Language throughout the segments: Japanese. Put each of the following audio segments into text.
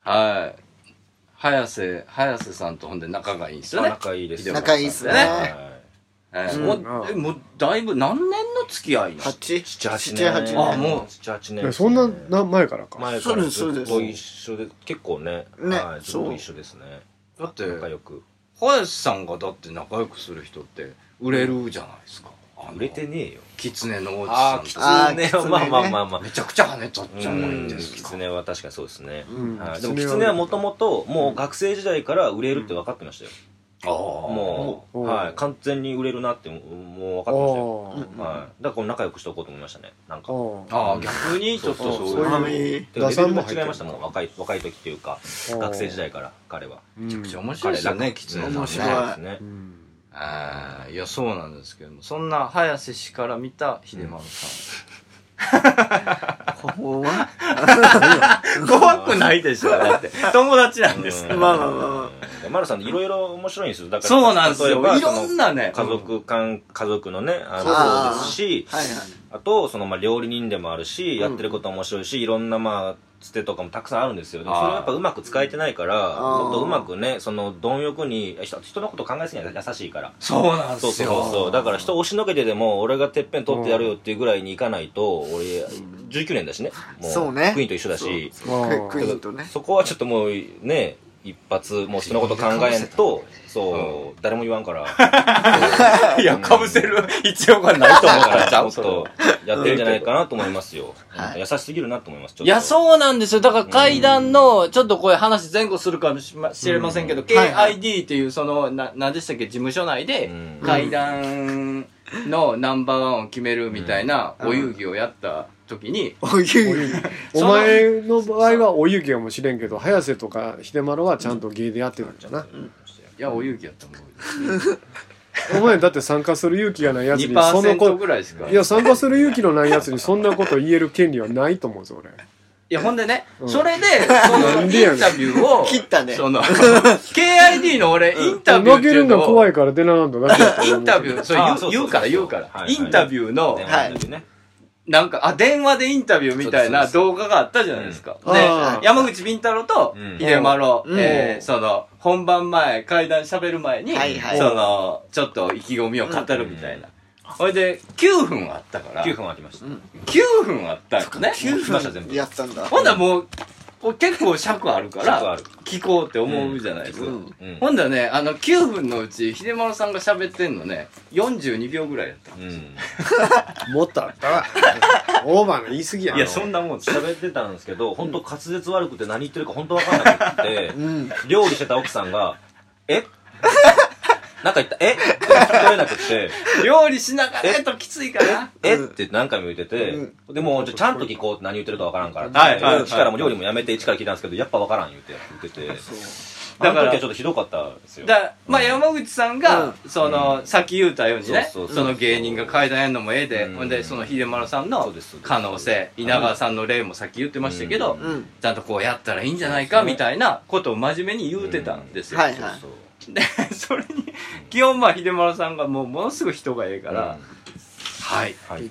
はい。早瀬、早瀬さんとほんで仲がいいんですよね。仲いいです仲いいっすねはえーうんもうえもうだいぶ何年の付き合いなの八い七八七八年年あもう七八え年そんなな前からか前からずそうでっすそとうで一す緒で結構ねねはいずっそとう一緒ですねだって、仲良く林さんがだって仲良くする人って売れるじゃないですか。あの売れてねえよ狐の王子さあんきとつか。あーね狐ねまあまあまあまあめちゃくちゃ跳ねとっちゃううんんですキかツ。ネは確かにそうですね、うんはい、でもキキツツネはネはもともともう学生時代から売れるって分かってましたよ、ああ。ももう、おうはい、完全に売れるなってももう分かあってましたよ、ーうんはい、だからこの仲良くしておこうと思いましたねなんあかーああ、逆にちょっとそういう。そうそうそういうてか打レベ算ルもが入ってる違いましたもん若い若い時っていうかあー学生時代から彼はうんめちゃくちゃ面白いですよね、キツネさんね。面白いそうですねうんあーいやそうなんですけどもそんな早瀬氏から見た秀丸さ ここはん、 怖くないでしょだって友達なんですから、 うんまあまあまあまマルさんいろいろ面白いんですよだからそうなんです例えばよいそのろんなね家族間家族のねああのーそうですしはいあとそのまあ料理人でもあるしんやってることも面白いしいろんなまあつてとかもたくさんあるんですよでもあーそれはやっぱうまく使えてないからあーもっとうまくねその貪欲に人人のこと考えすぎない優しいからそうなんそうですそうよそうだから人を押しのけてでも俺がてっぺん取ってやるよっていうぐらいにいかないと俺19年だしねもそうねクイーンと一緒だしあーあクイーンとねそこはちょっともうね一発もう人のこと考えんとそう誰も言わんからいやかぶせる必要がないと思うからちゃちょうっとやってるんじゃないかなと思いますよ優しすぎるなと思いますちょっといや、そうなんですよ。だから階段の、ちょっとこれ話前後するかもしましれませんけど、はいはい KID っていう、その、な、なんでしたっけ、事務所内でうん、階段のナンバーワンを決めるみたいな、うんお遊戯をやった時に、お湯お前の場合はお遊戯かもしれんけど早瀬とか秀丸はちゃんと芸でやってるんじゃな、いや、お遊戯やったもん。お前だって参加する勇気がないやつにその2%こぐらいですかいや参加する勇気のないやつにそんなこと言える権利はないと思うぞ俺いや、ほんでね、うんそれで、その、なインんでやねんタビューを、切ったねその、KID の俺、インタビュー負ってけいるうののがを怖いから出ななんとだけだとイ思うンタビュー、それあ言うそうそう言そううから言うから、はいはいインタビューの、はいねなんか、あ、電話でインタビューみたいなそうですそ動画があったじゃないですか。うんであ、ー山口敏太郎とうん、秀丸、うんえー、うんその、本番前、階段喋る前に、はいはいその、ちょっと意気込みを語るみたいな。ほいで、9分あったから、 9 9分ありました分あったんだね。 9分やったんだほんならもう、こう結構尺あるか尺あらる、聞こうって思うじゃないですか。うんうんほんだらね、あの、9分のうち、秀丸さんが喋ってんのね、42秒ぐらいだ った。うんもっとあ ったわオーバーの言い過ぎやいなやそんなもん喋ってたんですけど本当滑舌悪くて何言ってるか本当わかんなくてうん料理してた奥さんが「えなんか言った「えっ?」て聞こえなくて料理しながらやときついかな。 「えっ?」うんて何回も言ってて、でもじゃあちゃんと聞こうって何言ってるかわからんからって、はいはいはい一からも料理もやめて一から聞いたんですけどやっぱわからん言って言っててだだかかららちょっとひどかったですよだまあ山口さんが、その、さっき言うたようにね、そうそうそそうの芸人が階段やんのもええで、うんほんで、その秀丸さんそのうですそうです可能性、稲川さんの例もさっき言ってましたけど、うんうんちゃんとこうやったらいいんじゃないか、そうでみすねたいなことを真面目に言うてたんですよ。うんはいそうそうで、それに、基本まあ秀丸さんがもうものすごい人がええか、だからら、はい。はい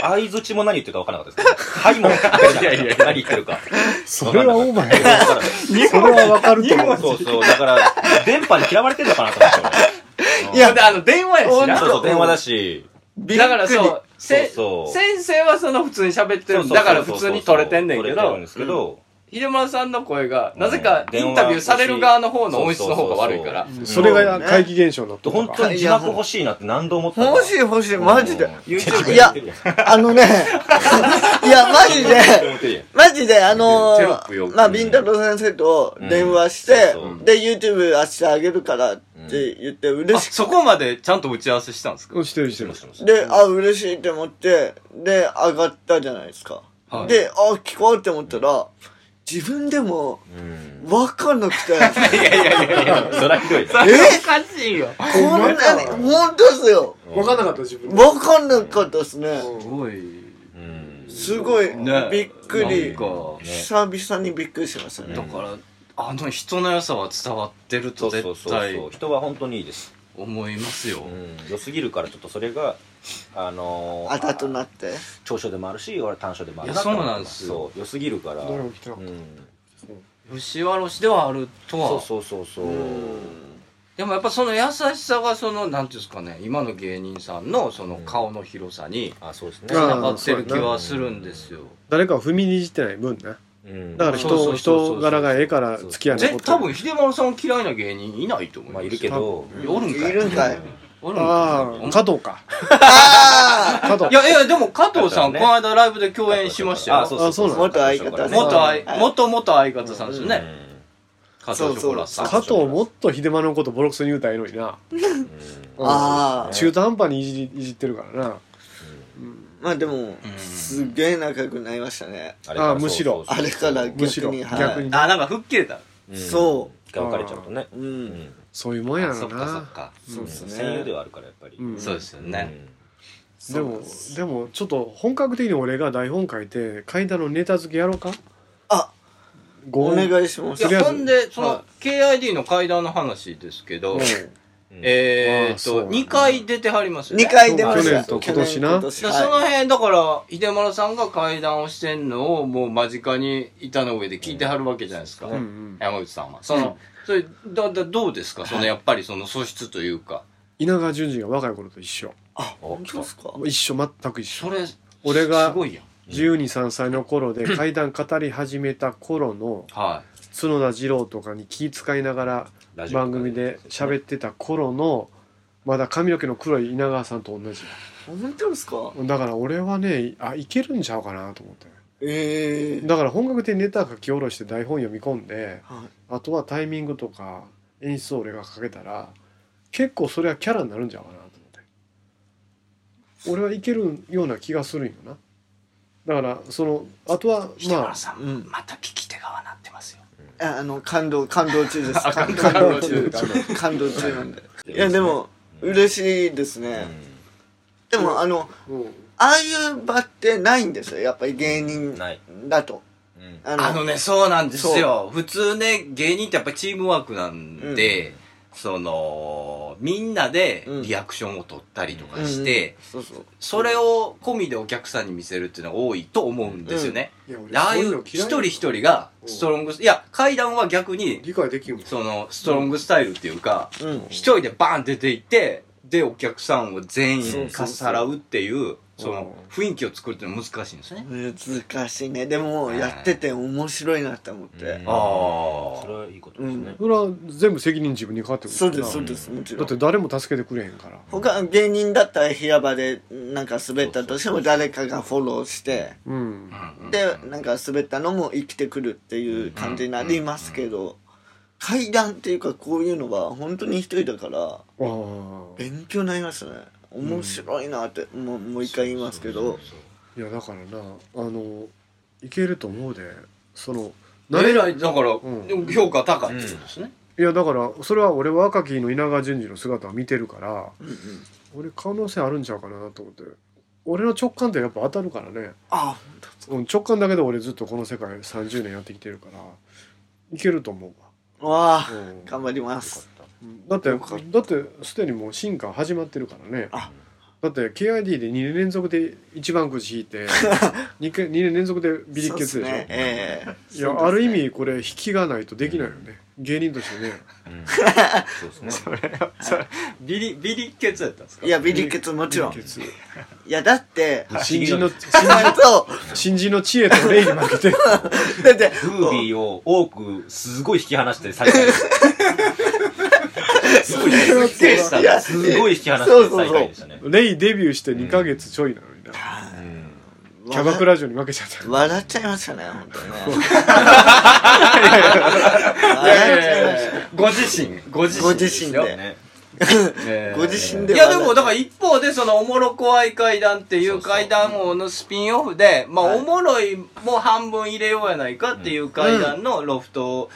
相づちも何言ってるかわからなかったですねはいも分かってないやいやいや何言ってるかそれはオーバーやだからそれはわかると思うそうそうだから電波に嫌われてるのかなと思っていや、であの、電話やし俺な。そうそう電話だしだからそう、せそうそう先生はその普通に喋ってる、だから普通に取れてんねんけ取れてるどんで、すけど秀丸さんの声が、うんなぜかインタビューされる側の方の音質の方が悪いから。電話それが怪奇現象の本当に字幕欲しいなって何度思った欲しい欲しいマジでいいやあのねいやマジでマジで、あのテロップよー、まあ、ビンタロウ先生と電話して、うんで、YouTube 明日あげるからって言って、あ嬉しそこまでちゃんと打ち合わせしたんですかうんしてるしてるく、で、あ、嬉しいって思って、で、上がったじゃないですか。はいで、あ、聞こうって思ったら、自分でも、わかんなくて、いやいやいやいや、そりゃひどいねえおかしいよ。こんなに、本当ですよ。分かんなかった自分でわかんなかったですね。すごい。うんすごい、ねびっくなんりか。久々にびっくりしましただね。から、あの人の良さは伝わってるそとうそう絶そう対そう人は本当にいいです思いますよう。ん良すぎるからちょっとそれがあのーあだとなって。長所でもあるし俺短所でもあるいやそうなんですよそう良すぎるからどれも来てなかっうん節わろしではあるとはそうそうそうそうでもやっぱその優しさがそのなんていうんですかね今の芸人さんのその顔の広さにあそうですねつうんながってる気はするんですよ誰かを踏みにじってない分なうんだからそうそう人そうそう人柄がええから付き合いぜ残って多分秀丸さんを嫌いな芸人いないと思いままあすいるけどおるんかいいるんかいおるんかあいあ加藤かあ加藤いやいやでも加藤さん、加藤ねこの間ライブで共演しましたよあそうそうあそうなあん元相方ね元相はい元元相方さんですよね、加そう藤ショコラさん加藤もっと秀丸のことボロクソに言うたらエロいなああ中途半端にいじりいじってるからなまあでもすっげえ仲良くなりましたねあむしろあれからむし逆ろにはい逆にあなんか吹っ切れたそ一回別れちゃうとねうううんんそういうもんやあそろっかそっなか、そうですね戦友ではあるからやっぱりうんそうですよね、でそうもなんですでもちょっと本格的に俺が台本書いて階段のネタ付けやろうかあごお本願いしますといりあえやずほんでその、は KID の階段の話ですけど、うんえあー、そうなんとだ2回出てはりますよね二回出まし去た年と今年な去年だから今そはの辺だから秀丸さんが階段をしてんのをもう間近に板の上で聞いてはるわけじゃないですか、うんうん山口さんはその、それだだどうですかそのやっぱりその素質というか稲川淳二が若い頃と一緒あ本当ですかもう一緒全く一そ緒れ俺がすごいやん123歳の頃で階段語り始めた頃のは、角田二郎とかに気遣いながら番組で喋ってた頃のまだ髪の毛の黒い稲川さんと同じ本当ですかだから俺はねあいけるんちゃうかなと思ってええだから本格的にネタ書き下ろして台本読み込んではあとはタイミングとか演出を俺がかけたら結構それはキャラになるんちゃうかなと思って俺はいけるような気がするんよなだからそのあとはいまあさいうんまた聞き手側なってますよああの感動感動中ですあ感動感動中 感動中なんでいいやでも嬉しいですね、でもあのああいう場ってないんですよやっぱり芸人ないだとああのね、そうなんですよ。普通ね、芸人ってやっぱチームワークなんで、その、みんなでうんリアクションを取ったりとかして、うんうんそうそうそれを込みでお客さんに見せるっていうのが多いと思うんですよね。いや俺でああいそうの嫌一い人一人がストロングス、いや、階段は逆に、理解できるもんその、ストロングスタイルっていうか、うん一人でバーン出ていって、で、お客さんを全員かさらうっていう、その、雰囲気を作るっていうのは難しいんですね。難しいねでもやってて面白いなって思って、うあんあ。それはいいことですねそれは全部責任自分にかかってくるそうですなそうですもちだろっんて誰も助けてくれへんから他の芸人だったら平場でなんか滑ったとしても誰かがフォローしてうんでなんか滑ったのも生きてくるっていう感じになりますけど階段っていうかこういうのは本当に一人だからああ勉強になりますね面白いなって、もうもう一回言いますけどいやだからなあのいけると思うでその慣えれらいだから、ん評価高いってことですね、いやだからそれは俺は若きの稲川淳二の姿を見てるから俺可能性あるんちゃうかなと思って俺の直感ってやっぱ当たるからね、あうん、直感だけで俺ずっとこの世界30年やってきてるからいけると思うわあわ、うん頑張りますだってよかっだってすでにもう進化始まってるからねあだって KID で2年連続で1番くじ引い て 2, 回二年連続でビリッケツでしょそうっすねええいや、ある意味これ引きがないとできないよね、芸人としてね そうですねビリビリケツやったんですかいやビリケツもちろんビリいッケツ やだって 新人のちゃんと新人の知恵と礼に負け てだってフー ビーを多くすごい引き離して最下位すごい引き離 したすごい引き離して最下位でしたねレイデビューして2ヶ月ちょいなのにな、キャバクラ嬢に負けちゃった笑っちゃいましたね本当にねいや笑っいちゃいまやしいたやご自身ご自身ご自身でよねええご自身いでやでもだから一方でそのおもろ怖い階段っていう階段王のスピンオフでまあはいおもろいも半分入れようやないかっていう階段のロフト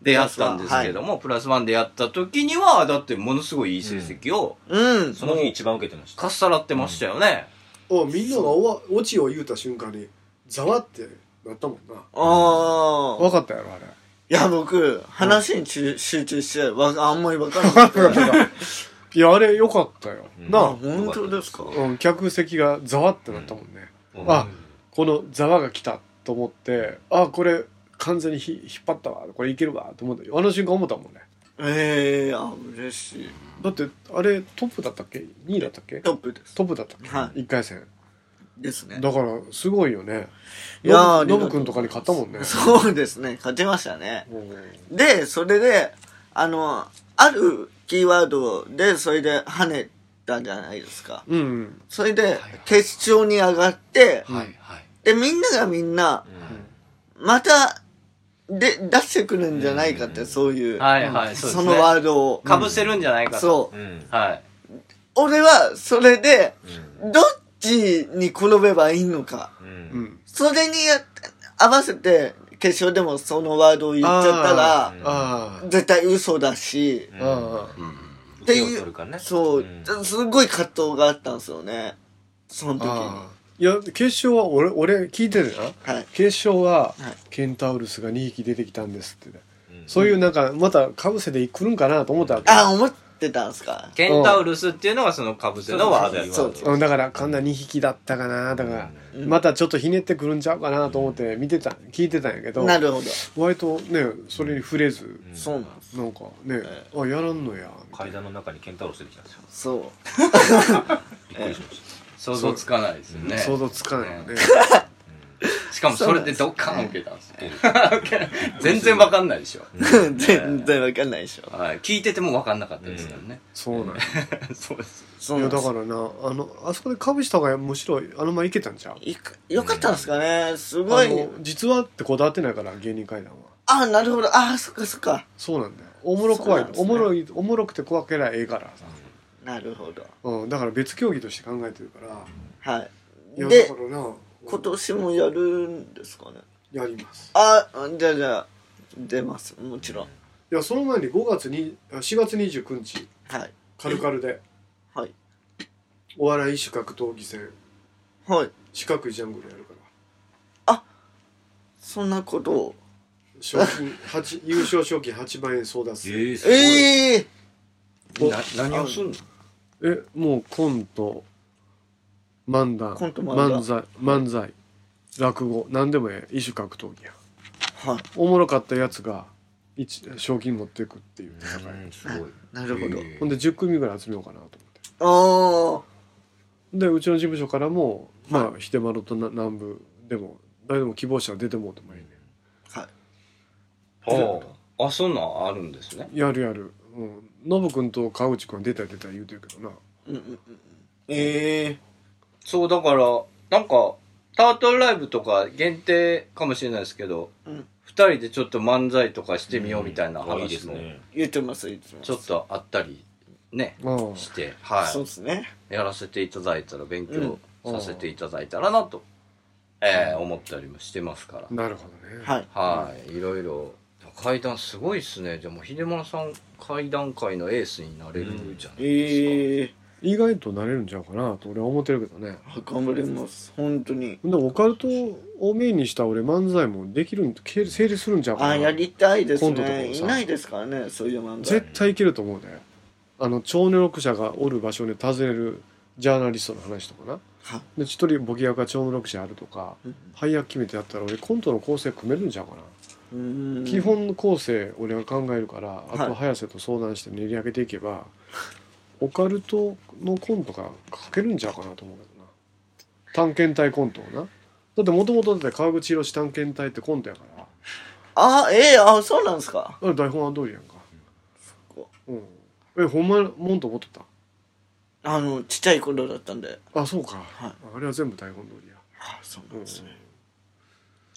でやったんですけどもプラスワンでやった時にはだってものすごいいい成績をうんその日一番受けてましたかっさらってましたよねおみんながおわオチを言うた瞬間にざわってなったもんなああ分かったやろあれいや僕話に集集中してわあんまり分からなくていやあれよかったよ、うんなああ、本当ですかうん、客席がざわってなったもんね、うんあこのざわが来たと思ってあこれ完全にひ引っ張ったわこれいけるわと思ったあの瞬間思ったもんねええー、あ嬉しいだってあれトップだったっけ2位だったっけトップですトップだったっけ、は1回戦ですねだからすごいよねいやーありノがブとう君とかに勝ったもんねそうですね勝ちましたねうんでそれであのあるキーワードでそれで跳ねたじゃないですかうんそれで決勝に上がって、はいはい。でみんながみんなまたで出してくるんじゃないかって、そういう、はいはい、そうですそね。のワードを、かぶせるんじゃないかと。そう、うんはい。俺はそれでうどっちに転べばいいのかうんんそれにやっ合わせて決勝でもそのワードを言っちゃったらあ絶対嘘だし、あああっていう手を取るからねそう、んすごい葛藤があったんですよねその時にああいや決勝は俺俺聞いてるなはい決勝ははいケンタウルスが2匹出てきたんですってうんそういうなんかまたかぶせてくるんかなと思ったわけああ思ってたんですかケンタウルスっていうのがそのかぶせのワードやそうそううんだからこんな2匹だったかなだからうんまたちょっとひねってくるんちゃうかなと思って見てた聞いてたんやけどなるほど割とねそれに触れずそうなんですなんかねあやらんのや階段の中にケンタロウ出てきたんですよそうびっくりしまし想像つかないですよね。想像つかないよねしかもそれでドッカン受けたんですよ。 全然わかんないでしょ。 全然わかんないでしょはい。聞いててもわかんなかったですからね。そうなんや そうです。そいなうやんでだすからなあのあそこでかぶした方がむしろあのままいけたんちゃういくよかったんですかねすごあいの実はってこだわってないから芸人会談はああなるほどああそっかそっかそうなんだよおもろ怖い、そうなんですおねもろいおもろくて怖けりゃええからさ、なるほどうん、だから別競技として考えてるからはいいやだでからなうん今年もやるんですかねやりますあじゃあじゃあ出ますもちろんいやその前に5月にあ4月29日はいカルカルではいお笑い主格闘技戦はい四角いジャングルやるからそんなことを賞金八優勝賞金8万円争奪た戦ええすごいええな何をすんのえもうコント漫談コント漫談漫才漫才落語何でもええ異種格闘技やはいおもろかったやつが一賞金持っていくっていう戦い、うんすごいなるほどええほんで10組ぐらい集めようかなと思ってあでうちの事務所からもまあ秀丸とな南部でも誰でも希望者が出てもうてもいいねあはいああ、そんなんあるんですね。やるやるうんノブ君と川口君は出た出た言うてるけどなうんうんうんうんええそう、だから、なんか、タートルライブとか限定かもしれないですけど、うん二、人でちょっと漫才とかしてみようみたいなあいい話ですも、ね言ってます言ってますちょっとあったり、ね、ああして、はそうですねい。やらせていただいたら、勉強させていただいたらなと、えー思ったりもしてますから。なるほどねはいはい、いろいろ。階段すごいっすね。でも、秀丸さん、階段界のエースになれるじゃないですええ意外となれるんちゃうかなと俺は思ってるけどね頑張ります本当にほんでオカルトをメインにした俺漫才もできるんけ成立するんちゃうかあなやりたいです今度とかもねさいないですからねそういう漫才絶対いけると思うねあの超能力者がおる場所で訪ねるジャーナリストの話とかなはで一人ボケ役が超能力者あるとかうん配役決めてやったら俺コントの構成組めるんちゃうかな、うーん基本構成俺が考えるからあはとい早瀬と相談して練り上げていけば、オカルトのコントが書けるんちゃうかなと思うけどな探検隊コントをなだってもともとだって川口博士探検隊ってコントやからあええあそうなんですかあれ台本は通りやんかっかうんえほんまもんと思ってたあのちっちゃい頃だったんであそうか、はいあれは全部台本通りやあそうなんですね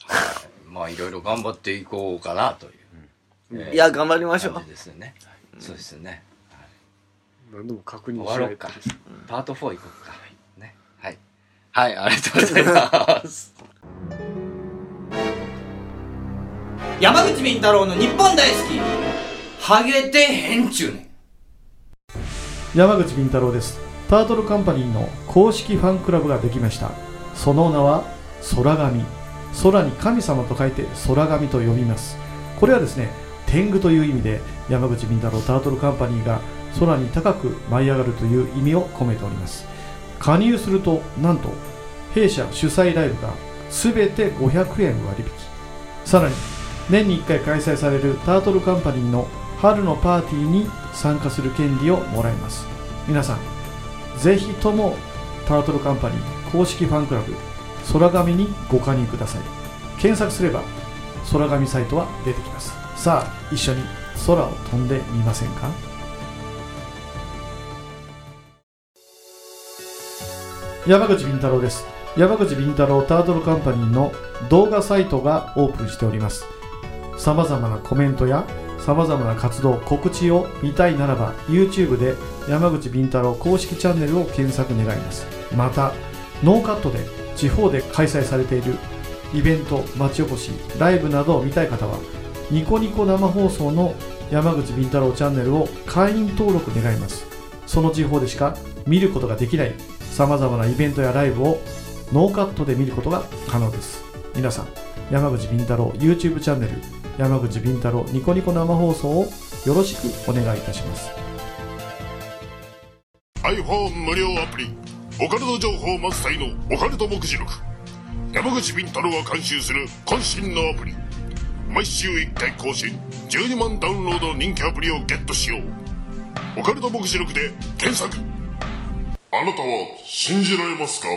か。まあ、いろいろ頑張っていこうかなという。えーいや頑張りましょ感うじですよね。そうですよね。何度も確終認わしろなういとか。パート4行こうか。ね。はい。はい、ありがとうございます。山口み太郎の日本大好き。ハゲてへんちゅうねん。山口敏太郎ですタートルカンパニーの公式ファンクラブができましたその名は空神空に神様と書いて空神と呼びますこれはですね天狗という意味で山口敏太郎タートルカンパニーが空に高く舞い上がるという意味を込めております加入するとなんと弊社主催ライブが全て500円割引さらに年に1回開催されるタートルカンパニーの春のパーティーに参加する権利をもらいます皆さんぜひともタートルカンパニー公式ファンクラブ空紙にご加入ください検索すれば空紙サイトは出てきますさあ一緒に空を飛んでみませんか山口敏太郎です山口敏太郎タートルカンパニーの動画サイトがオープンしておりますさまざまなコメントやさまざまな活動告知を見たいならば YouTube で山口敏太郎公式チャンネルを検索願いますまたノーカットで地方で開催されているイベント町おこしライブなどを見たい方はニコニコ生放送の山口敏太郎チャンネルを会員登録願いますその地方でしか見ることができないさまざまなイベントやライブをノーカットで見ることが可能です皆さん山口敏太郎 YouTube チャンネル山口敏太郎ニコニコ生放送をよろしくお願いいたします iPhone 無料アプリオカルト情報満載のオカルト目次録山口敏太郎が監修する渾身のアプリ毎週1回更新12万ダウンロードの人気アプリをゲットしようオカルト目次録で検索あなたは信じられますか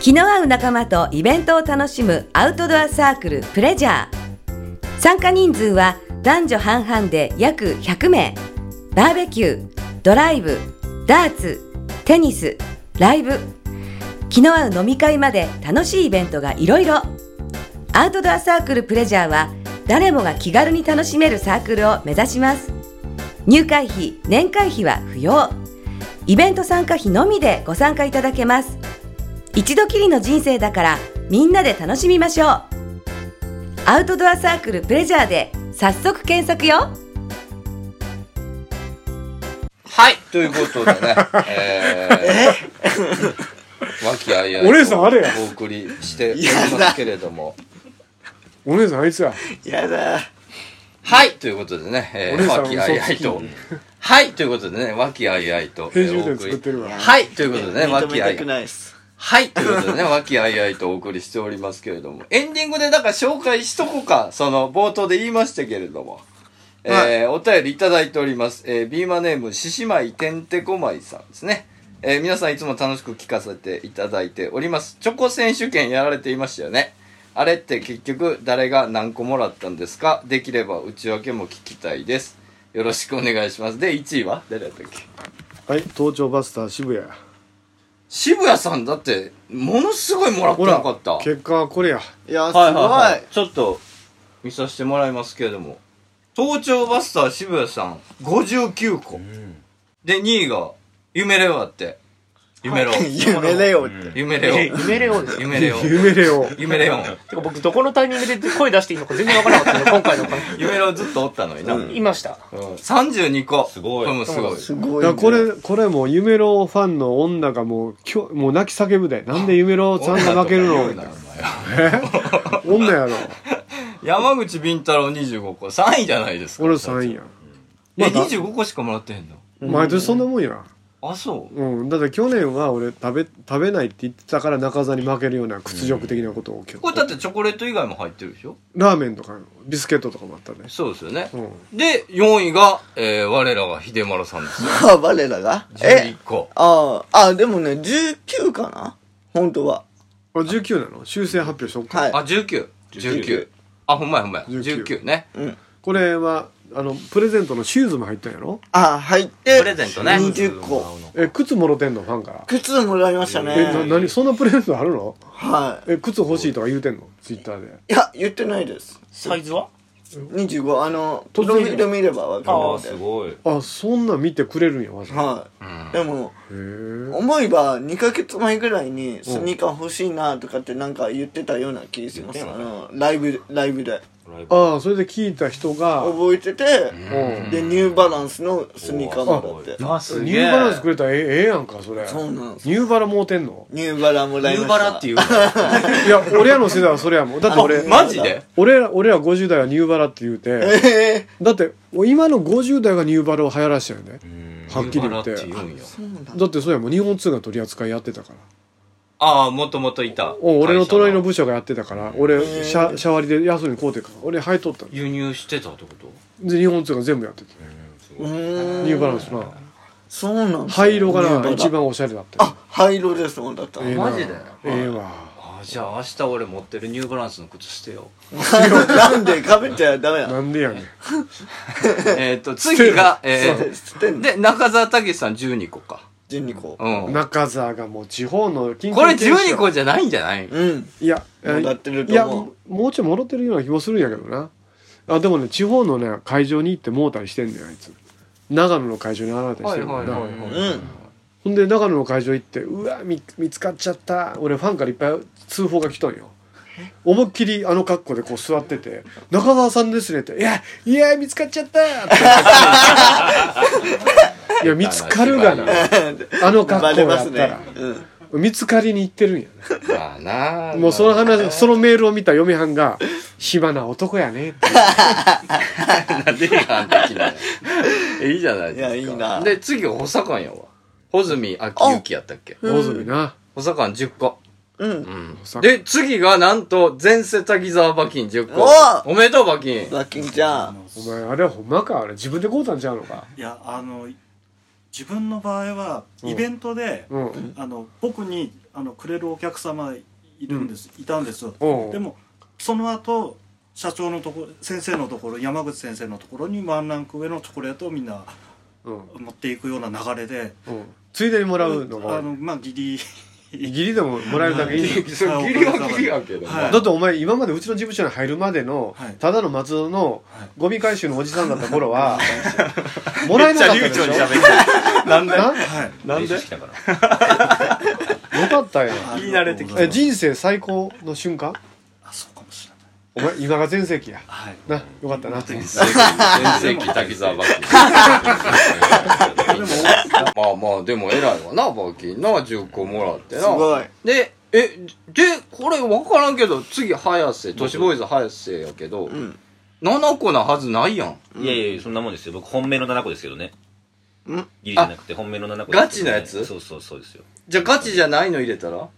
気の合う仲間とイベントを楽しむアウトドアサークルプレジャー参加人数は男女半々で約100名バーベキュードライブダーツテニスライブ気の合う飲み会まで楽しいイベントがいろいろアウトドアサークルプレジャーは誰もが気軽に楽しめるサークルを目指します入会費年会費は不要イベント参加費のみでご参加いただけます一度きりの人生だからみんなで楽しみましょうアウトドアサークルプレジャーで早速検索よはい、ということでね、えー、和気あいあいとお姉さんあれやお送りしておりますけれども、お姉さんあいつややだはい、ということでね、えおー、姉さん和気あいあい嘘とつき、はい、ということでね、和気あいあいと、えー編集お点送作ってり、るわはい、ということでね、和認気めあたいあくい。ないっすはい、ということでね、和気あいあいとお送りしておりますけれども、エンディングでだから紹介しとこうか、その冒頭で言いましたけれども、えーお便りいただいております。えー、ビーマネーム、獅子舞てんてこまいさんですね。えー皆さんいつも楽しく聞かせていただいております。チョコ選手権やられていましたよね。あれって結局誰が何個もらったんですかできれば内訳も聞きたいです。よろしくお願いします。で、1位は誰だったっけはい東京バスター渋谷渋谷さんだって、ものすごいもらってほならかった。結果はこれやいやすごい、はいはいはい、ちょっと見させてもらいますけれども東京バスター渋谷さん59個、で2位が夢レオだって夢レオ夢だよって、夢レオ夢レオン夢レオ夢レオ夢レオンてか僕どこのタイミングで声出していいのか全然わからなかったの今回の感夢レオずっとおったのにな、じいました32個すごいこれもすごいすごいだからねこれこれもう夢ロファンの女がもうきょもう泣き叫ぶでなんで夢ロさんが負けるの女とか言うなお前女やろ山口敏太郎25個3位じゃないですか俺3位やえまだ25個しかもらってへんの毎年そんなもんやあそううんだって去年は俺食べ食べないって言ってたから中座に負けるような屈辱的なことを結こ構れだってチョコレート以外も入ってるでしょラーメンとかビスケットとかもあったねそうですよね、うんで4位が、えー、我らが秀丸さんですよあ我らがえ11個あああでもね19かな本当はあ19なの修正発表しよっか、はいあ1919 19あほんまやほんまや19 19ねこれはあのプレゼントのシューズも入ったんやろあ入ってプレゼントね20個え靴もろてんのファンから靴もらいましたねえな何そんなプレゼントあるのはえ靴欲しいとか言うてんのツイッターでいいや言ってないですサイズは25あのプ突然ロフィール見ればわかるああのすでごいあそんなん見てくれるんやわざわはい、でもざへえ思えば2ヶ月前ぐらいにスニーカー欲しいなとかってなんか言ってたような気がしまうす、んあのライブでライブでライブああそれで聞いた人が、うん、覚えてて、でニューバランスのスニーカーもらってあすニューバランスくれたらええええやんかそれそうなんですニューバラもうてんのニューバラもニらいュまーしたバラっていうの いや俺らの世代はそれやもんだって俺あマジで俺ら俺ら50代はニューバラって言うて、だって今の50代がニューバラを流行らしたよねはっきり言ってニューバラって言うんやだってそうやもん日本通が取り扱いやってたからああ、もともといた。お俺の隣会社のが部署がやってたから俺シャシャワリで安に買うてるから俺履いとったの輸入してたってことで日本通が全部やっててうーんニューバランスなそうなんだ灰色がなニューバラ一番おしゃれだったよあ灰色でそうだった、ええなマジでええわああ、じゃあ明日俺持ってるニューバランスの靴捨てよ う。 なんでかべちゃダメなのなんでやねんえっと、次が、えそうー 捨てんので、中澤武さん12個か。 12個うん。中澤がもう地方の緊急これ検証12個じゃないんじゃないうんいや戻ってるいとや思もうちょい戻ってるような気もするんやけどなあでもね地方のね会場に行ってもうたりしてんねんあいつ長野の会場に現れたりしてるんだよなううんほんで長野の会場行ってうわ見見つかっちゃった俺ファンからいっぱい通報が来たんよ思いっきりあの格好でこう座ってて「中澤さんですね」って「いやいや見つかっちゃった」 っていや見つかるがなあのバ格好だレっますたねら、うん、見つかりに行ってるんやねまあなあもうその話、そのメールを見た嫁はんが、暇な男やねって。なんで批判的 なのいいじゃないですか。いやいいなで、次、補佐官やわ。穂積秋之やったっけ大泉な。補佐官10個。うんうん。補佐官で、次がなんと、前世滝沢馬琴10個。おおめでとう馬琴。ラッキンちゃんお前、あれはほんまかあれ、自分で買うたんちゃうのか。いやあの自分の場合はうんイベントで、うん。あの僕にあのくれるお客様いるんです、いたんですよおうでもその後社長のとこ先生のところ山口先生のところにワンランク上のチョコレートをみんなうん。持っていくような流れでうん。ついでにもあらうのがあ、のまあギリ義理でももらえるだけいい。はいそれギリはギリやけど。はいだってお前、今までうちの事務所に入るまでのはい、ただの松戸のはいゴミ回収のおじさんだった頃は、もらえなかったでしょ。なんでなはいなんで練習してきたからよかったよ。言い慣れてきえ人生最高の瞬間あそうかもしれないお前、今が全盛期や。はいな、よかったな。全盛期滝沢馬 琴。まあまあ、でも偉いわな、馬琴な、10個もらってな。すごいで、え、で、これ分からんけど、次、早瀬、都市ボーイズ早瀬やけど、ん7個なはずないやん。いやいやそんなもんですよ僕本命の7個ですけどねんギリじゃなくて本命の7個ですけどねガチのやつそうそうそうですよじゃあガチじゃないの入れたら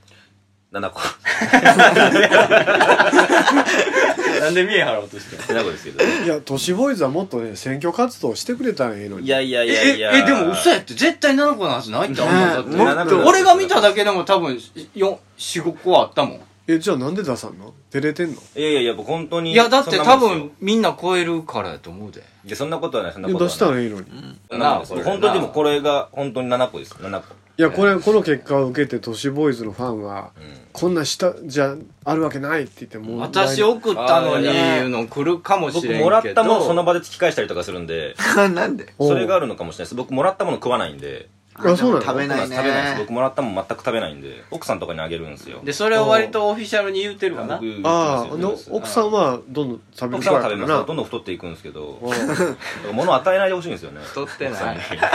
7個 なんで見え張ろうとして7個ですけどねいや、都市ボーイズはもっとね、選挙活動してくれたらええのにい。やいやいやえ、いやえ、でも嘘やって、絶対7個のはずないってあんなだってねえもっと俺が見ただけでも多分、4、5個はあったもん。えじゃあなんで出さんの照れてんのいやいやいや僕本当にいや、だってそんな多もんですよ分、みんな超えるからやと思うで。いやそんなことはないそんなえことは出ないしたらいいのに、いなあ、それ本当にでもこれが本当に7個です7個やこれこの結果を受けて都市ボーイズのファンは、んこんな下じゃあるわけないって言ってもう私を送ったのに、あーいやいうの来るかもしれん僕けど。もらったものその場で突き返したりとかするんでなんでそれがあるのかもしれないです僕もらったもの食わないんであそうなの食べないね食べないです僕もらったもの全く食べないんで奥さんとかにあげるんですよで、それを割とオフィシャルに言うてるかな僕。言ってますあよ言っあてのます奥さんはどんどん食べる奥さんは食べかますらどんどん太っていくんですけどおうだから物を与えないでほしいんですよね太ってない奥さんに太っ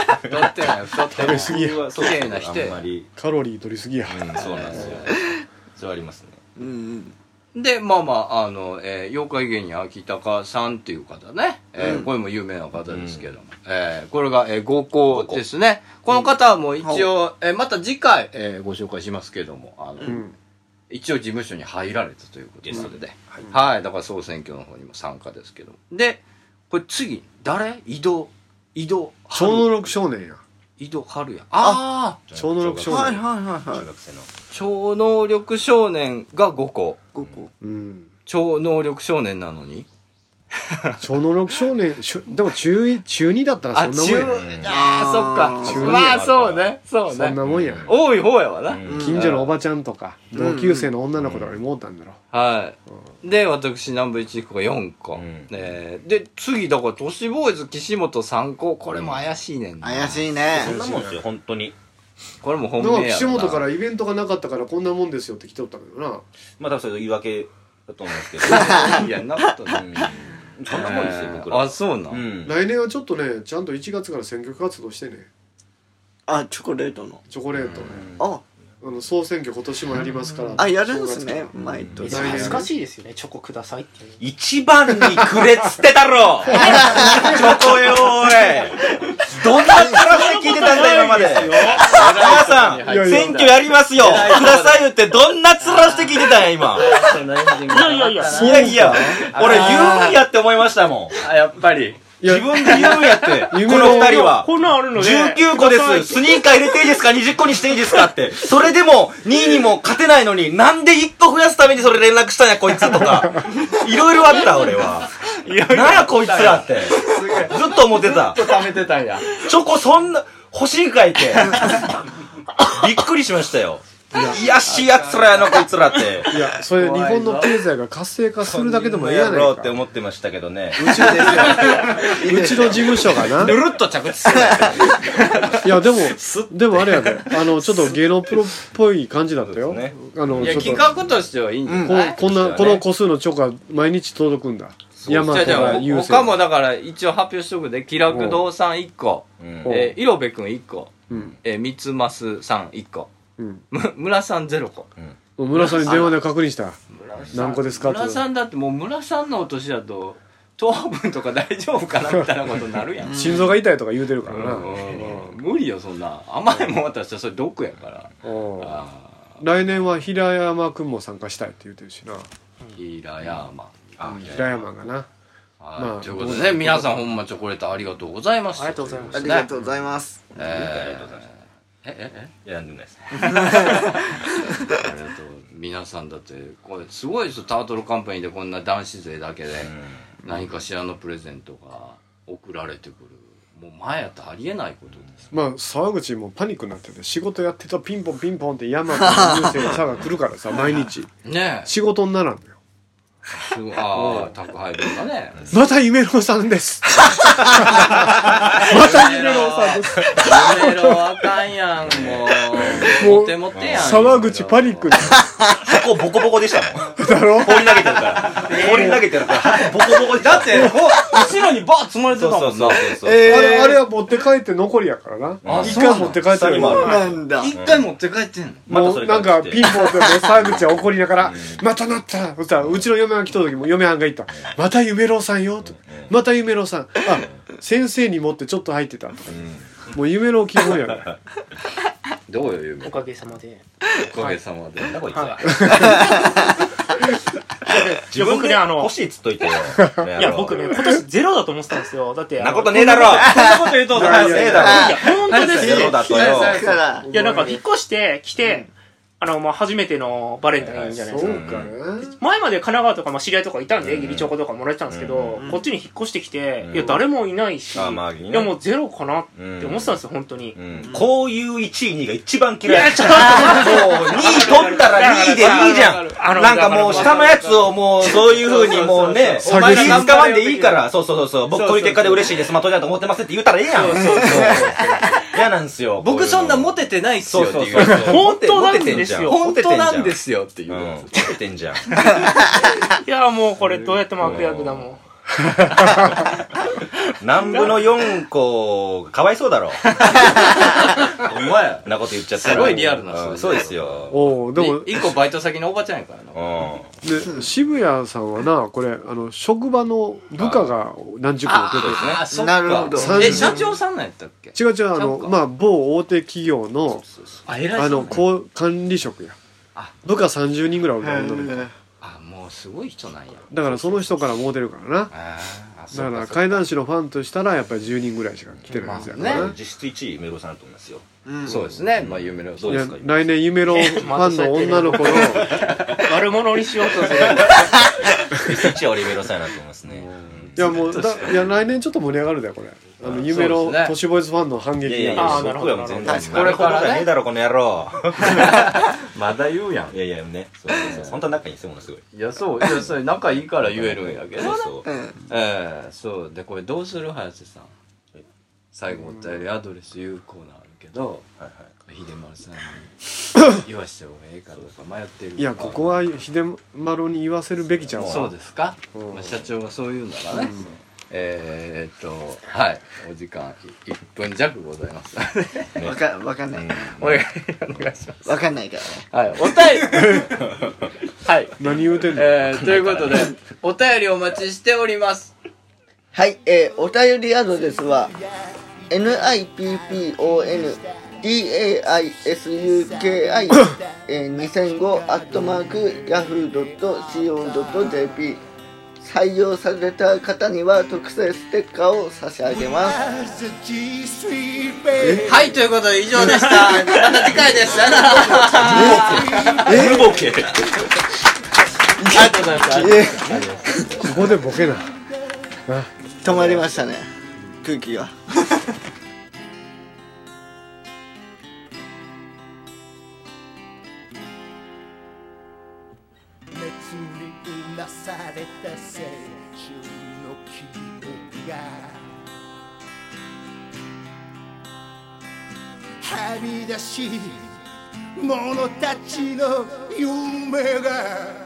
てない、太ってない。食べ過ぎそうそう綺麗な人あんまりカロリー取りすぎやうんそうなんですよそれはありますねうんうんで、まあまあ、あの、えー妖怪芸人秋高さんっていう方ね、えーこれも有名な方ですけども、えーこれが、えー合コンですね。この方はもう一応、えーまた次回、えーご紹介しますけども、あの、ん一応事務所に入られたということなので、はい、だから総選挙の方にも参加ですけども。で、これ次、誰移動、移動、超能力少年や移動春や。ああ超能力少はい年、はいはいはい中学生の超能力少年が5個。ここうん、超能力少年なのに超能力少年しょでも中一中二だったらあ、そんなも中、んやあー、そっか。中まあ、そうね。そうそんね。なもんや、多い方やわな。うん近所のおばちゃんとか同級生の女の子とかにもうたんだろ、はい。で、私、南部一彦が4個。んえーで、次、だから、都市ボーイズ、岸本3個。これも怪しいねんな。怪い。しいねそんなもんですよ本当にこれも本だから命や。岸本かららイベントがなかったからこんなもんですよって来とったけどなまあ多分それ言い訳だと思うんですけど いや、なことない。うんそんなもんですよ僕えーあ、らそうな。うんん来年はちょっとねちゃんと1月から選挙活動してねあチョコレートのチョコレートねああの総選挙今年もやりますからあやるんです正ね月から毎年来年難しいですよね、チョコくださいっていう。一番にくれっつってたろチョコよおいどんな体で聞いてたんだ今まで皆さいやんいや選挙やりますよくださいよってどんな面して聞いてたんや今いやいやいや、いやいや俺言うんやって思いましたもんあ、やっぱり。いや自分で言うんやってこの夢の二人はこんなんあるのね。 19個です。スニーカー入れていいですか ?20 個にしていいですかって。それでも、2位にも勝てないのに、なんで1個増やすためにそれ連絡したんや、こいつとか。いろいろあった、俺は。なんや、こいつらって。ずっと思ってた。ちょっと貯めてたんや。チョコそんな、欲しいんかいって。びっくりしましたよ。いやしいやつらやな、こいつらって。いやそれ日本の経済が活性化するだけでもええややないろうかって思ってましたけどね。うちの事務所 がなぬるっと着地する。いやでもでもあれやであのちょっと芸能プロっぽい感じだったそよ、うですあのいや、ちょっと企画としてはいいんじゃこないうこんなこの個数のチョコは毎日届くんだ山じゃあとじゃあかほ優他も勢だから一応発表しとくで、気楽堂さん1個、うんえー、いろべくん1個、うんえー、三つますさん1個、 うんむ村さん0個。もう村さんに電話で確認した何個ですかって村さんだってもう村さんのお年だと、糖分とか大丈夫かなみたいなことになるやん。うん心臓が痛いとか 言うてるからな、うん無理よ、そんな。甘いもん渡したらそれ毒やから。おうあ来年は平山君も参加したいって言ってるしなー平山。平山がなまはあい、ということでね、皆さんほんまチョコレートありがとうございました。ありがとうございましたありがとうございますえーええいや、なんでもないです。えありがとう皆さんだってこれすごいですよタートルカンパニーでこんな男子勢だけで何かしらのプレゼントが送られてくるもう前やったらありえないことですまあ沢口もパニックになってて仕事やってたピンポンピンポンって山と優勢の差が来るからさ毎日ね え仕事にならんのよすごいああ宅配便がねまた夢郎さんですまた夢郎さ んです夢ろあかんやんもうもうモテモテやん沢口パニックに箱ボコボコでしたもん。だろ放り投げてるから。放り投げてるから。箱ボコボコでしただってこう後ろにバー積まれてたそうそもうんそなうそう。あれあれは持って帰って残りやからなあ一そうな回の持って帰って下にもあるなんだ一回持って帰ってんのまたもそうれなんがか来てピンポンってもう沢口は怒りながら「またなった!」そしたらうちの嫁が来た時も嫁はんが言った「また夢郎さんよ」と「また夢郎さんあ先生に持ってちょっと入ってた」とかもう夢郎基本やからどうよ夢おかげさまで。おかげさまでなんだこいつは。いや自分僕でね、あの欲、しいっつっといてよ。いや、僕ね、今年ゼロだと思ってたんですよ。だって、そんあなのことねえだろ。そんなこと言うとなねいえだろ。いや、本当ですゼロよ。だとよ。だからいや、なんか、引っ越して、来て、あの、まあ、初めてのバレンタインじゃないですそか。うかな前まで神奈川とか、まあ、知り合いとかいたんで、義理チョコとかもらえてたんですけど、こっちに引っ越してきてう、んいや、誰もいないし、いあまあいないや、もうゼロかなって思ってたんですよ、本当にう。んこういう1位2位が一番嫌い。いもやちょっう2位取ったら2位でいいじゃん。あのなんかもう下のやつをもうそういう風にもうね、おう前ら頑張まんでいいから、そうそうそうそう、僕こういう結果で嬉しいです、まあ取りたいと思ってますって言ったらええやん。嫌なんですよ。僕そんなモテてないっすよそうってそういそううそう。。本当なんですよ本当なんですすよっていううんや、モテてんじゃん。いや、もうこれ、どうやっても悪役だもん。南部の4個、かわいそうだろ。つほんまやそんなこと言っちゃったら。すごいリアルなう数ん字そうですよ。おうでもい一個バイト先のおばちゃんやからなうん。で渋谷さんはなこれあの職場の部下が何十個もあそっなるほどかえ社長さんなんやったっけ出てる違う違うあのちゃうかまあ某大手企業のあ偉いあ人のなんやこう管理職やあ部下30人ぐらいおるから女の子あもうすごい人なんやだからその人からモテるからなあーあだそかうらそう怪談師のファンとしたらやっぱり10人ぐらいしか来てないんですよねまあ実質1位、メロさんだと思いますよ。そうですねまあ有名なそどういでやすか今来年夢のファンの 女の子の悪者にしようとする。実質1位は俺メロさんやなと思いますね。いやもうだいや来年ちょっと盛り上がるだよこれあの夢そうのですね都市ボーイズファンの反いや撃いやいがあや、ーそなるほこどはもう全な然る。ほどこれからねえだろ、この野郎。まだ言うやんいやいや、ね。そうそうそう。本当は仲いいですよ、ものすごい。いやそういやそれ仲いいから言えるんやけどそうそう。 ええそうでこれどうする早瀬さん最後お便りアドレス有効なんあるけどはいはい秀丸さんに言わしてもええかどうか迷ってるいやここは秀丸に言わせるべきじゃんそうですか、うんまあ、社長がそう言うんだからね、えー、っと、はい。お時間い1分弱ございます。わかわかんない お願い、お願いします。わかんないからねはい。お 便りはい。何言うてんの、えー、ということで、お便りお待ちしております。はい、えー、お便りアドレスは nippondaisuki2005 えー2005アットマーク yahoo.co.jp 採用された方には特製ステッカーを差し上げますはい、ということで以上で した。また次回です。さよなら無ボケ。ありがとうございます。ここでボケない止まりましたね空気がはみ出し者たちの夢が